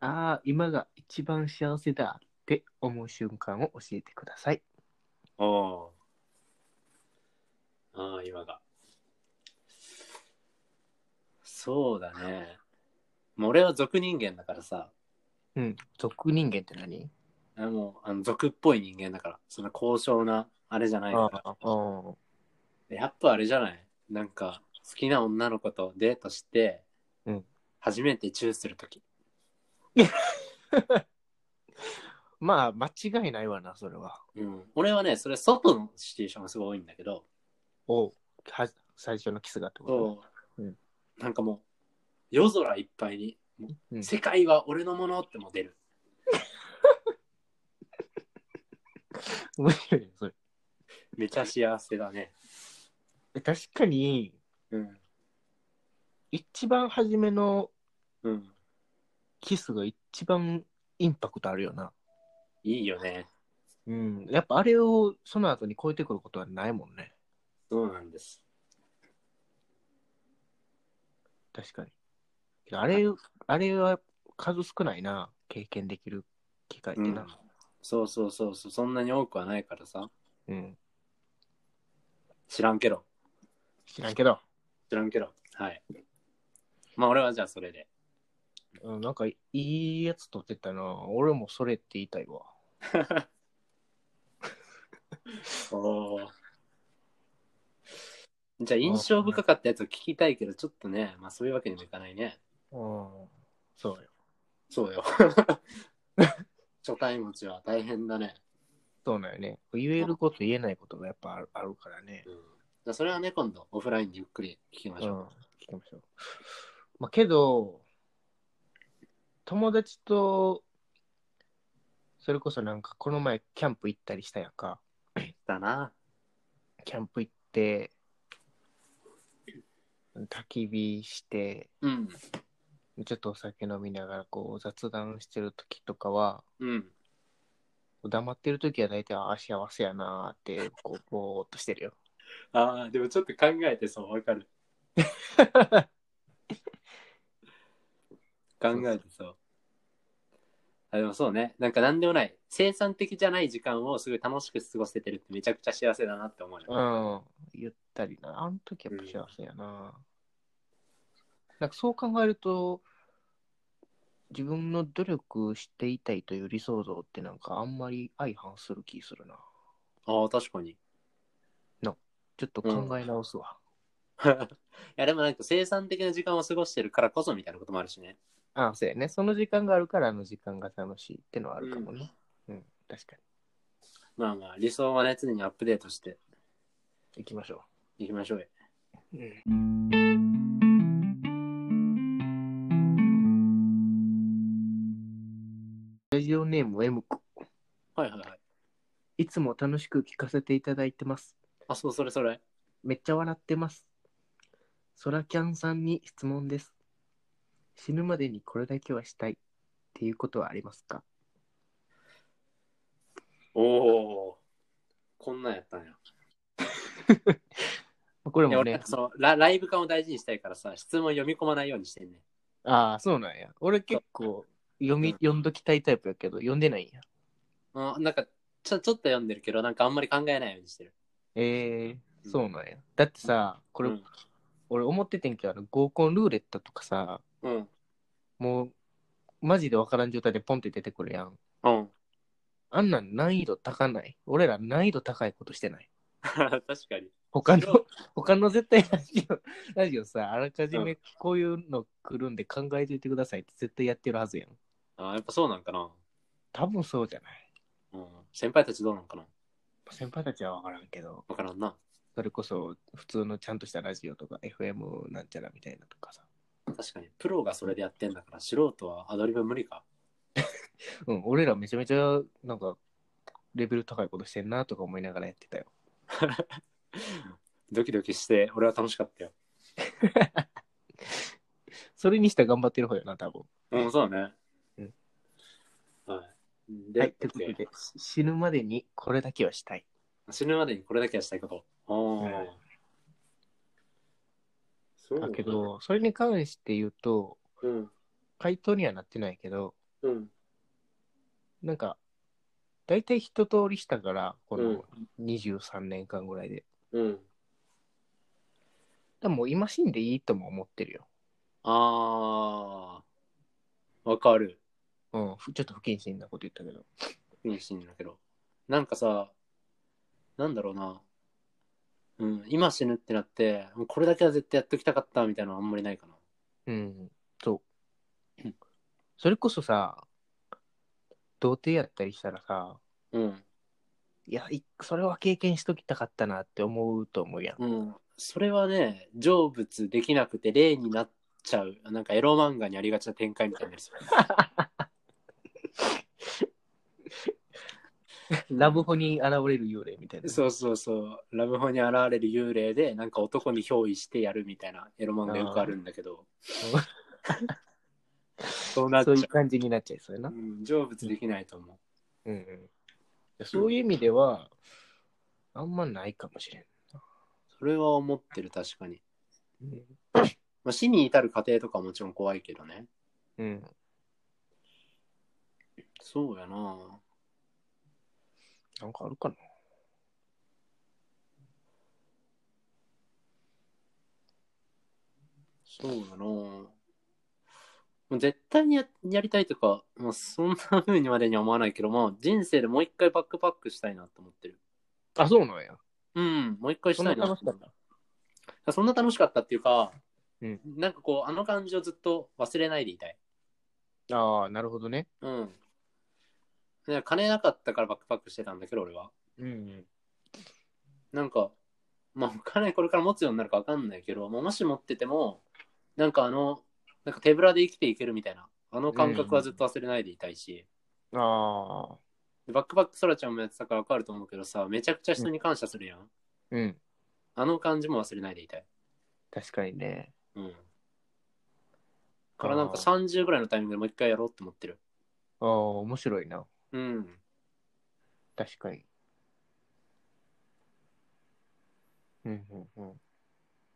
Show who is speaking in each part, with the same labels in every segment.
Speaker 1: ああ、今が一番幸せだって思う瞬間を教えてください。
Speaker 2: ああ。ああ、今が。そうだね。もう俺は俗人間だからさ、
Speaker 1: うん。俗人間って何
Speaker 2: あもうあの俗っぽい人間だから、その高尚なあれじゃないか
Speaker 1: あ
Speaker 2: ら。
Speaker 1: ー。
Speaker 2: でやっぱあれじゃないなんか、好きな女の子とデートして、
Speaker 1: うん
Speaker 2: 初めてチューするとき。
Speaker 1: まあ、間違いないわな、それは。
Speaker 2: うん、俺はね、それ外のシチュエーションがすごい多いんだけど、
Speaker 1: おうは最初のキスがってこ
Speaker 2: そう
Speaker 1: うん
Speaker 2: なんかもう、夜空いっぱいに、もう
Speaker 1: うん
Speaker 2: 世界は俺のものってもう出る。
Speaker 1: と面白いねそれ
Speaker 2: めちゃ幸せだね。
Speaker 1: え確かに、
Speaker 2: うん。
Speaker 1: 一番初めの
Speaker 2: うん。
Speaker 1: キスが一番インパクトあるよな。
Speaker 2: いいよね。
Speaker 1: うん。やっぱあれをその後に超えてくることはないもんね。
Speaker 2: そうなんです。
Speaker 1: 確かに。けどあれ、あれは数少ないな、経験できる機会って
Speaker 2: うん
Speaker 1: な。
Speaker 2: そうそうそうそう、そんなに多くはないからさ。
Speaker 1: うん。
Speaker 2: 知らんけど。
Speaker 1: 知らんけど、
Speaker 2: 知らんけど。はい。まあ俺はじゃあそれで。
Speaker 1: うん、なんかいいやつ撮ってたな。俺もそれって言いたいわ。
Speaker 2: おーじゃあ印象深かったやつを聞きたいけど、ちょっとね、まあそういうわけにもいかないね。
Speaker 1: うん。そうよ。
Speaker 2: そうよ。 初対持ちは大変だね。
Speaker 1: そうなんよね。言えること言えないことがやっぱあるあるからね。
Speaker 2: うん、じゃあそれはね、今度オフラインでゆっくり聞きま
Speaker 1: う
Speaker 2: しょう。
Speaker 1: ん。聞きましょう。まあ、けど、友達と、それこそなんかこの前キャンプ行ったりしたやんか。
Speaker 2: だな。
Speaker 1: キャンプ行って、焚き火して、
Speaker 2: うん。
Speaker 1: ちょっとお酒飲みながらこう雑談してる時とかは、
Speaker 2: うん。
Speaker 1: 黙ってる時は大体ああ幸せやなーって、こう、 ぼーっとしてるよ。
Speaker 2: ああ、でもちょっと考えてそう、わかる。考えてそう。あでもそうね、なんか何でもない、生産的じゃない時間をすごい楽しく過ごせてるってめちゃくちゃ幸せだなって思うよ。
Speaker 1: うん。ゆったりな。あの時やっぱ幸せやな。なんかそう考えると、自分の努力していたいという理想像ってなんかあんまり相反する気するな。
Speaker 2: ああ、確かに。
Speaker 1: ちょっと考え直すわ。
Speaker 2: いやでもなんか生産的な時間を過ごしてるからこそみたいなこともあるしね。
Speaker 1: あそうやね。その時間があるから、あの時間が楽しいってのはあるかもね。うん、確かに。
Speaker 2: まあまあ理想はね常にアップデートして
Speaker 1: 行きましょ
Speaker 2: いきましょうよ。
Speaker 1: う。うん。ラジオネーム M 子。
Speaker 2: はいはいはい。
Speaker 1: いつも楽しく聞かせていただいてます。
Speaker 2: あそうそれそれ。
Speaker 1: めっちゃ笑ってます。ソラキャンさんに質問です。死ぬまでにこれだけはしたいっていうことはありますか
Speaker 2: おおこんなんやったんや。
Speaker 1: これ
Speaker 2: いや
Speaker 1: も
Speaker 2: 俺な
Speaker 1: ね
Speaker 2: んか、そのラライブ感を大事にしたいからさ質問読み込まないようにしてんね。
Speaker 1: ああ、そうなんや。俺結構読み、
Speaker 2: うん
Speaker 1: 読んどきたいタイプやけど、読んでないんや。
Speaker 2: うん、なんかちょちょっと読んでるけどなんかあんまり考えないようにしてる。
Speaker 1: ええ
Speaker 2: うん
Speaker 1: そうなんや。だってさ、これ、
Speaker 2: うん
Speaker 1: 俺思っててんけど、あの合コンルーレットとかさ、
Speaker 2: うん。
Speaker 1: もう、マジでわからん状態でポンって出てくるやん。
Speaker 2: うん。
Speaker 1: あんなん難易度高ない。俺ら難易度高いことしてない。
Speaker 2: 確かに。
Speaker 1: 他の、 他の絶対ラジオ、ラジオさ、あらかじ
Speaker 2: う
Speaker 1: めこういうの来るんで考えといてくださいって絶対やってるはずやん。
Speaker 2: あやっぱそうなんかな。
Speaker 1: 多分そうじゃない。
Speaker 2: うん、先輩たちどうなんかな
Speaker 1: 先輩たちはわからんけど、
Speaker 2: わからんな。
Speaker 1: それこそ普通のちゃんとしたラジオとか FM なんちゃらみたいなとかさ。
Speaker 2: 確かにプロがそれでやってんだから素人はアドリブ無理か。
Speaker 1: うん、俺らめちゃめちゃなんかレベル高いことしてんなとか思いながらやってたよ。
Speaker 2: ドキドキして、俺は楽しかったよ。
Speaker 1: それにしては頑張ってる方よな、多分。
Speaker 2: うん、そうだね。
Speaker 1: うん
Speaker 2: はい。で、
Speaker 1: はい、ということで、死ぬまでにこれだけはしたい。
Speaker 2: 死ぬまでにこれだけはしたいこと。おー
Speaker 1: はい
Speaker 2: そう
Speaker 1: だけ、ど、それに関して言うと、
Speaker 2: うん。
Speaker 1: 回答にはなってないけど、
Speaker 2: うん。
Speaker 1: なんか、大体一通りしたから、こ
Speaker 2: うん
Speaker 1: の23年間ぐらいで。
Speaker 2: うん。
Speaker 1: でも、今死んでいいとも思ってるよ。
Speaker 2: あー。わかる。
Speaker 1: うん、ふちょっと不謹慎なこと言ったけど。
Speaker 2: 妊娠だけど。なんかさ、なんだろうな。うん、今死ぬってなって、もうこれだけは絶対やっときたかったみたいなのあんまりないかな。
Speaker 1: うん、そう。それこそさ、童貞やったりしたらさ、
Speaker 2: うん。
Speaker 1: いや、いそれは経験しときたかったなって思うと思うやん。
Speaker 2: うん。それはね、成仏できなくて例になっちゃう。なんかエロ漫画にありがちな展開みたいになりそう。
Speaker 1: ラブホに現れる幽霊みたい な。
Speaker 2: そうそうそう。ラブホに現れる幽霊で、なんか男に憑依してやるみたいなエロ漫画よくあるんだけど。そうなっち
Speaker 1: そ
Speaker 2: ゃ
Speaker 1: う
Speaker 2: う
Speaker 1: いう感じになっちゃいそうやな。
Speaker 2: うん。成仏できないと思
Speaker 1: うんうん、そういう意味では、あんまないかもしれん。
Speaker 2: う。それは思ってる、確かに。
Speaker 1: うん
Speaker 2: まあ、死に至る過程とかはもちろん怖いけどね。
Speaker 1: うん、
Speaker 2: そうやな
Speaker 1: なんかあるかな。
Speaker 2: そうやなもう絶対にややりたいとか、まあ、そんな風にまでには思わないけど、まあ、人生でもう一回バックパックしたいなと思ってる。
Speaker 1: あ、そうなんや。
Speaker 2: うん、もう一回したいな
Speaker 1: そんな楽しか
Speaker 2: た。そんな楽しかったっていうか、
Speaker 1: うん
Speaker 2: なんかこう、あの感じをずっと忘れないでいたい。
Speaker 1: ああ、なるほどね。
Speaker 2: うん。ね金なかったからバックパックしてたんだけど、俺は。
Speaker 1: うん、
Speaker 2: なんか、まあ、お 金これから持つようになるかわかんないけど、まあ、もし持ってても、なんかあの、なんか手ぶらで生きていけるみたいな、あの感覚はずっと忘れないでいたいし、
Speaker 1: うん。ああ、
Speaker 2: でバックパックそらちゃんもやってたからわかると思うけどさ、めちゃくちゃ人に感謝するやん。
Speaker 1: うん。
Speaker 2: あの感じも忘れないでいたい。
Speaker 1: 確かにね。
Speaker 2: うん。からなんか
Speaker 1: あ
Speaker 2: 30ぐらいのタイミングでもう一回やろうって思ってる。
Speaker 1: あー、面白いな。
Speaker 2: うん。
Speaker 1: 確かに。うんうんうん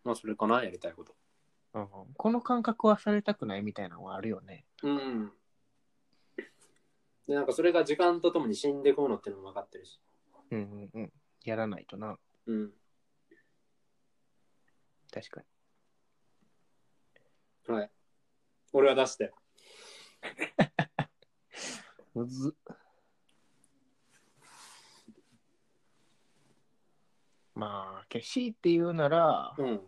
Speaker 2: まあ、それかな、やりたいこと。
Speaker 1: うん。この感覚はされたくないみたいなのはあるよね。
Speaker 2: うん。で、なんかそれが時間とともに死んでこうのってのも分かってるし。
Speaker 1: うんうんうん。やらないとな。
Speaker 2: うん。
Speaker 1: 確かに。
Speaker 2: はい。俺は出して。
Speaker 1: むずっまあ、決しって言うなら、
Speaker 2: うん。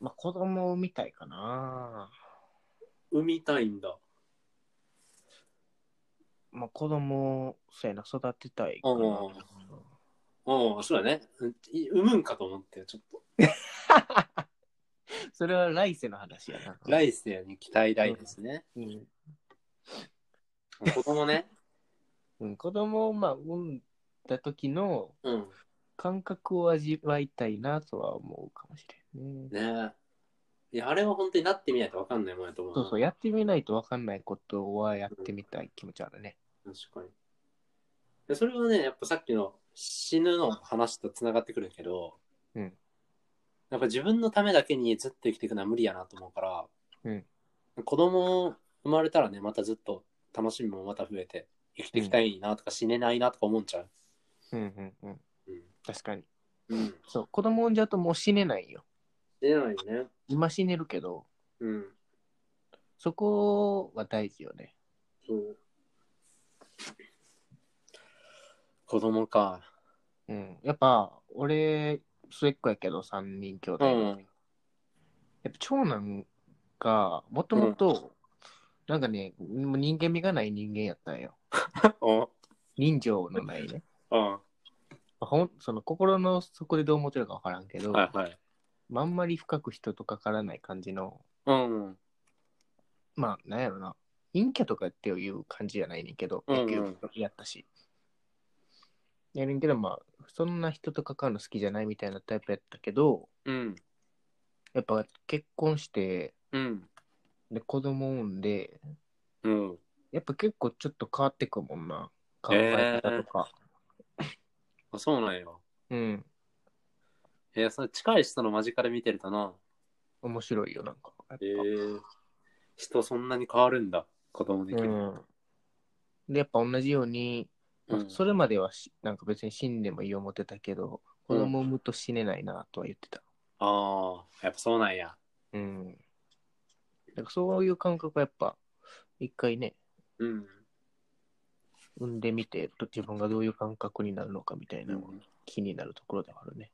Speaker 1: まあ子供を産みたいかな。
Speaker 2: 産みたいんだ。
Speaker 1: まあ子供を、そうやな、育てたいかな。
Speaker 2: おううん、そうだね。うんい産むんかと思って、ちょっと。
Speaker 1: それは来世の話やな。
Speaker 2: 来世に期待大ですね。
Speaker 1: うん
Speaker 2: 子供ね。
Speaker 1: うん、子供をまあ産んだ時の
Speaker 2: うん。
Speaker 1: 感覚を味わいたいなとは思うかもしれんね。
Speaker 2: ねえ。いや、あれは本当になってみないと分かんないもんやと思うな。
Speaker 1: そうそう、やってみないと分かんないことはやってみたい気持ちあるね。
Speaker 2: 確かにで。それはね、やっぱさっきの死ぬの話と繋がってくるけど、
Speaker 1: うん。
Speaker 2: やっぱ自分のためだけにずっと生きていくのは無理やなと思うから、子供生まれたらね、またずっと楽しみもまた増えて、生きていきたいなとか死ねないなとか思っちゃう。
Speaker 1: うんうんうん。
Speaker 2: うん。
Speaker 1: 確かに。
Speaker 2: うん。
Speaker 1: そう、子供産んじゃうともう死ねないよ。
Speaker 2: 出ないよね。
Speaker 1: 今死ねるけど、
Speaker 2: うん。
Speaker 1: そこは大事よね。
Speaker 2: そう。子供か。
Speaker 1: うん。やっぱ、俺、末っ子やけど、3人兄弟。
Speaker 2: うん。
Speaker 1: やっぱ長男が、もともと、なんかね、もう人間味がない人間やったんよ。
Speaker 2: お
Speaker 1: 人情のないね。
Speaker 2: うん。
Speaker 1: ほんその心の底でどう思ってるか分からんけど、
Speaker 2: はいはい。
Speaker 1: まああんまり深く人と関わらない感じの、
Speaker 2: うん。
Speaker 1: まあ、なんやろな、陰キャとかっていう感じじゃないねんけど、
Speaker 2: うんうん
Speaker 1: 野球やったし。やるんけど、まあ、そんな人と関わるの好きじゃないみたいなタイプやったけど、
Speaker 2: うん。
Speaker 1: やっぱ結婚して、
Speaker 2: うん。
Speaker 1: で子供産んで、
Speaker 2: うん。
Speaker 1: やっぱ結構ちょっと変わってくもんな、考え方とか。
Speaker 2: あ、そうなんや。
Speaker 1: うん、
Speaker 2: いや、それ近い人の間近で見てるとな。
Speaker 1: 面白いよ、なんか。やっぱ
Speaker 2: ええ人そんなに変わるんだ、子供できる。
Speaker 1: うん。で、やっぱ同じように、まあ
Speaker 2: うん
Speaker 1: それまではしなんか別に死んでもいい思ってたけど、子供産むと死ねないなとは言ってた。
Speaker 2: ああ、やっぱそうなんや。
Speaker 1: うん。だからそういう感覚はやっぱ、一回ね、
Speaker 2: うん。
Speaker 1: 産んでみて、自分がどういう感覚になるのかみたいなのが気になるところではあるね。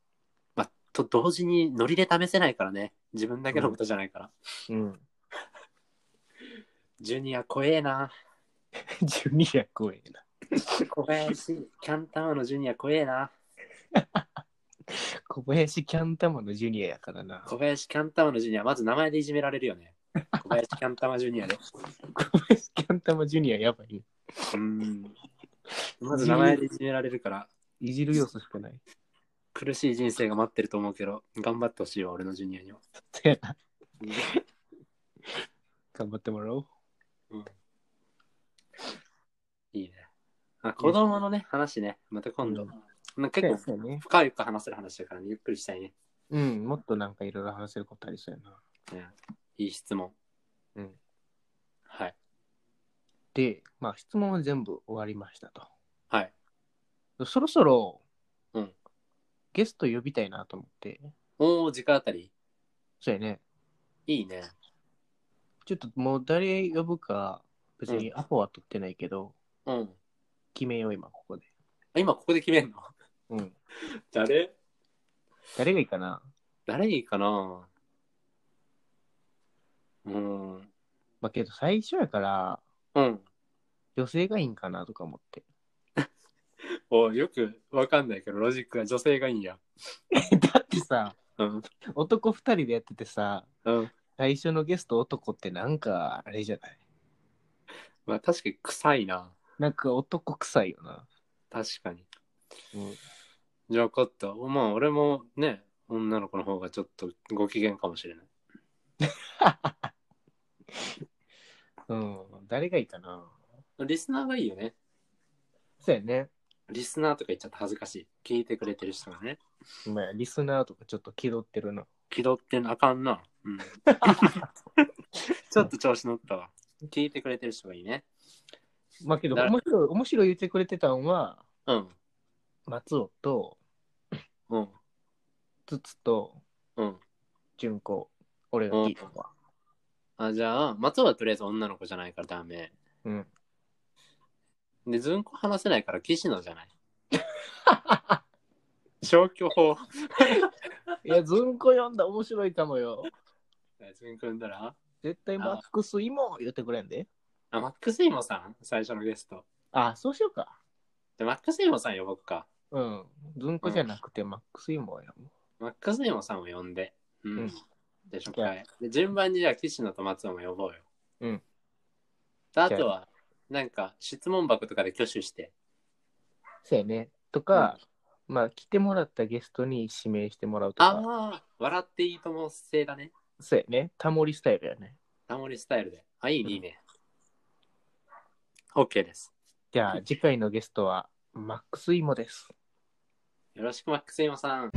Speaker 2: まあ、と同時にノリで試せないからね。自分だけのことじゃないから。
Speaker 1: うん。
Speaker 2: ジュニア怖えな。
Speaker 1: ジュニア怖えな。
Speaker 2: 小林、キャンタマのジュニア怖えな。
Speaker 1: 小林キャンタマのジュニアやからな。
Speaker 2: 小林キャンタマのジュニア、まず名前でいじめられるよね。小林キャンタマジュニア で。
Speaker 1: 小林キャンタマジュニアやばいね。
Speaker 2: うん。まず名前でいじめられるから、
Speaker 1: いじる要素しかない。
Speaker 2: 苦しい人生が待ってると思うけど、頑張ってほしいわ、俺のジュニアには。
Speaker 1: せやな頑張ってもらおう。
Speaker 2: いいね。あ子供のね、話ね、また今度。まあ結構
Speaker 1: そうやね。
Speaker 2: 深い深い話せる話だからね、ゆっくりしたいね。
Speaker 1: うん、もっとなんかいろいろ話せることありそうやな。
Speaker 2: うんいい質問。
Speaker 1: うん。
Speaker 2: はい。
Speaker 1: で、まあ質問は全部終わりました
Speaker 2: はい。
Speaker 1: と。そろそろ、
Speaker 2: うん
Speaker 1: ゲスト呼びたいなと思って。
Speaker 2: おー、時間あたり
Speaker 1: そうやね。
Speaker 2: いいね。
Speaker 1: ちょっともう誰呼ぶか、別にアポは取ってないけど、
Speaker 2: うん。
Speaker 1: 決めよう今ここで。
Speaker 2: あ今ここで決めんの
Speaker 1: うん。
Speaker 2: 誰
Speaker 1: 誰がいいかな
Speaker 2: 誰いいかなうん。
Speaker 1: まあけど最初やから、
Speaker 2: うん。
Speaker 1: 女性がいいんかなとか思って。
Speaker 2: およくわかんないけど、ロジックは女性がいいんや。
Speaker 1: だってさ、
Speaker 2: うん。
Speaker 1: 男2人でやっててさ、
Speaker 2: うん。
Speaker 1: 最初のゲスト男ってなんかあれじゃない
Speaker 2: まあ確かに臭いな。
Speaker 1: なんか男臭いよな。
Speaker 2: 確かに。
Speaker 1: うん。
Speaker 2: じゃあ、かった。まあ俺もね、女の子の方がちょっとご機嫌かもしれない。
Speaker 1: うん、誰がいいかな
Speaker 2: リスナーがいいよね。
Speaker 1: そうやね。
Speaker 2: リスナーとか言っちゃって恥ずかしい。聞いてくれてる人がね。
Speaker 1: まあ、リスナーとかちょっと気取ってるな。
Speaker 2: 気取ってなあかんな。 うん。ちょっと調子乗ったわ。聞いてくれてる人がいいね。
Speaker 1: まあけど、
Speaker 2: な
Speaker 1: 面白い、面白い言ってくれてたんは、
Speaker 2: うん。
Speaker 1: 松尾と、
Speaker 2: うん。
Speaker 1: つつと、
Speaker 2: うん。
Speaker 1: 純子、俺が聞いたわ。
Speaker 2: あ、じゃあ、松尾はとりあえず女の子じゃないからダメ。
Speaker 1: うん。
Speaker 2: で、ずんこ話せないから岸野じゃない。消去法。
Speaker 1: いや、ずんこ読んだ面白いかもよ。
Speaker 2: ずんこ呼んだら
Speaker 1: 絶対マックスイモ言ってくれんで。
Speaker 2: あ、マックスイモさん最初のゲスト。
Speaker 1: あそうしようか。
Speaker 2: じゃあマックスイモさん呼ぼうか。
Speaker 1: うん。ずんこじゃなくてマックスイモやもん。
Speaker 2: マックスイモさんを呼んで。うん。
Speaker 1: うん
Speaker 2: で、紹介。で、順番にじゃあ、岸野と松尾も呼ぼうよ。
Speaker 1: うん
Speaker 2: で。あとは、なんか、質問箱とかで挙手して。
Speaker 1: そうやね。とか、まあ、来てもらったゲストに指名してもらうと
Speaker 2: あ
Speaker 1: か。
Speaker 2: あ、笑っていいとも性だね。
Speaker 1: そうやね。タモリスタイルやね。
Speaker 2: タモリスタイルで。あ、いい
Speaker 1: うん
Speaker 2: ね、いいね。OK です。
Speaker 1: じゃあ、次回のゲストは、マックスイモです。
Speaker 2: よろしく、マックスイモさん。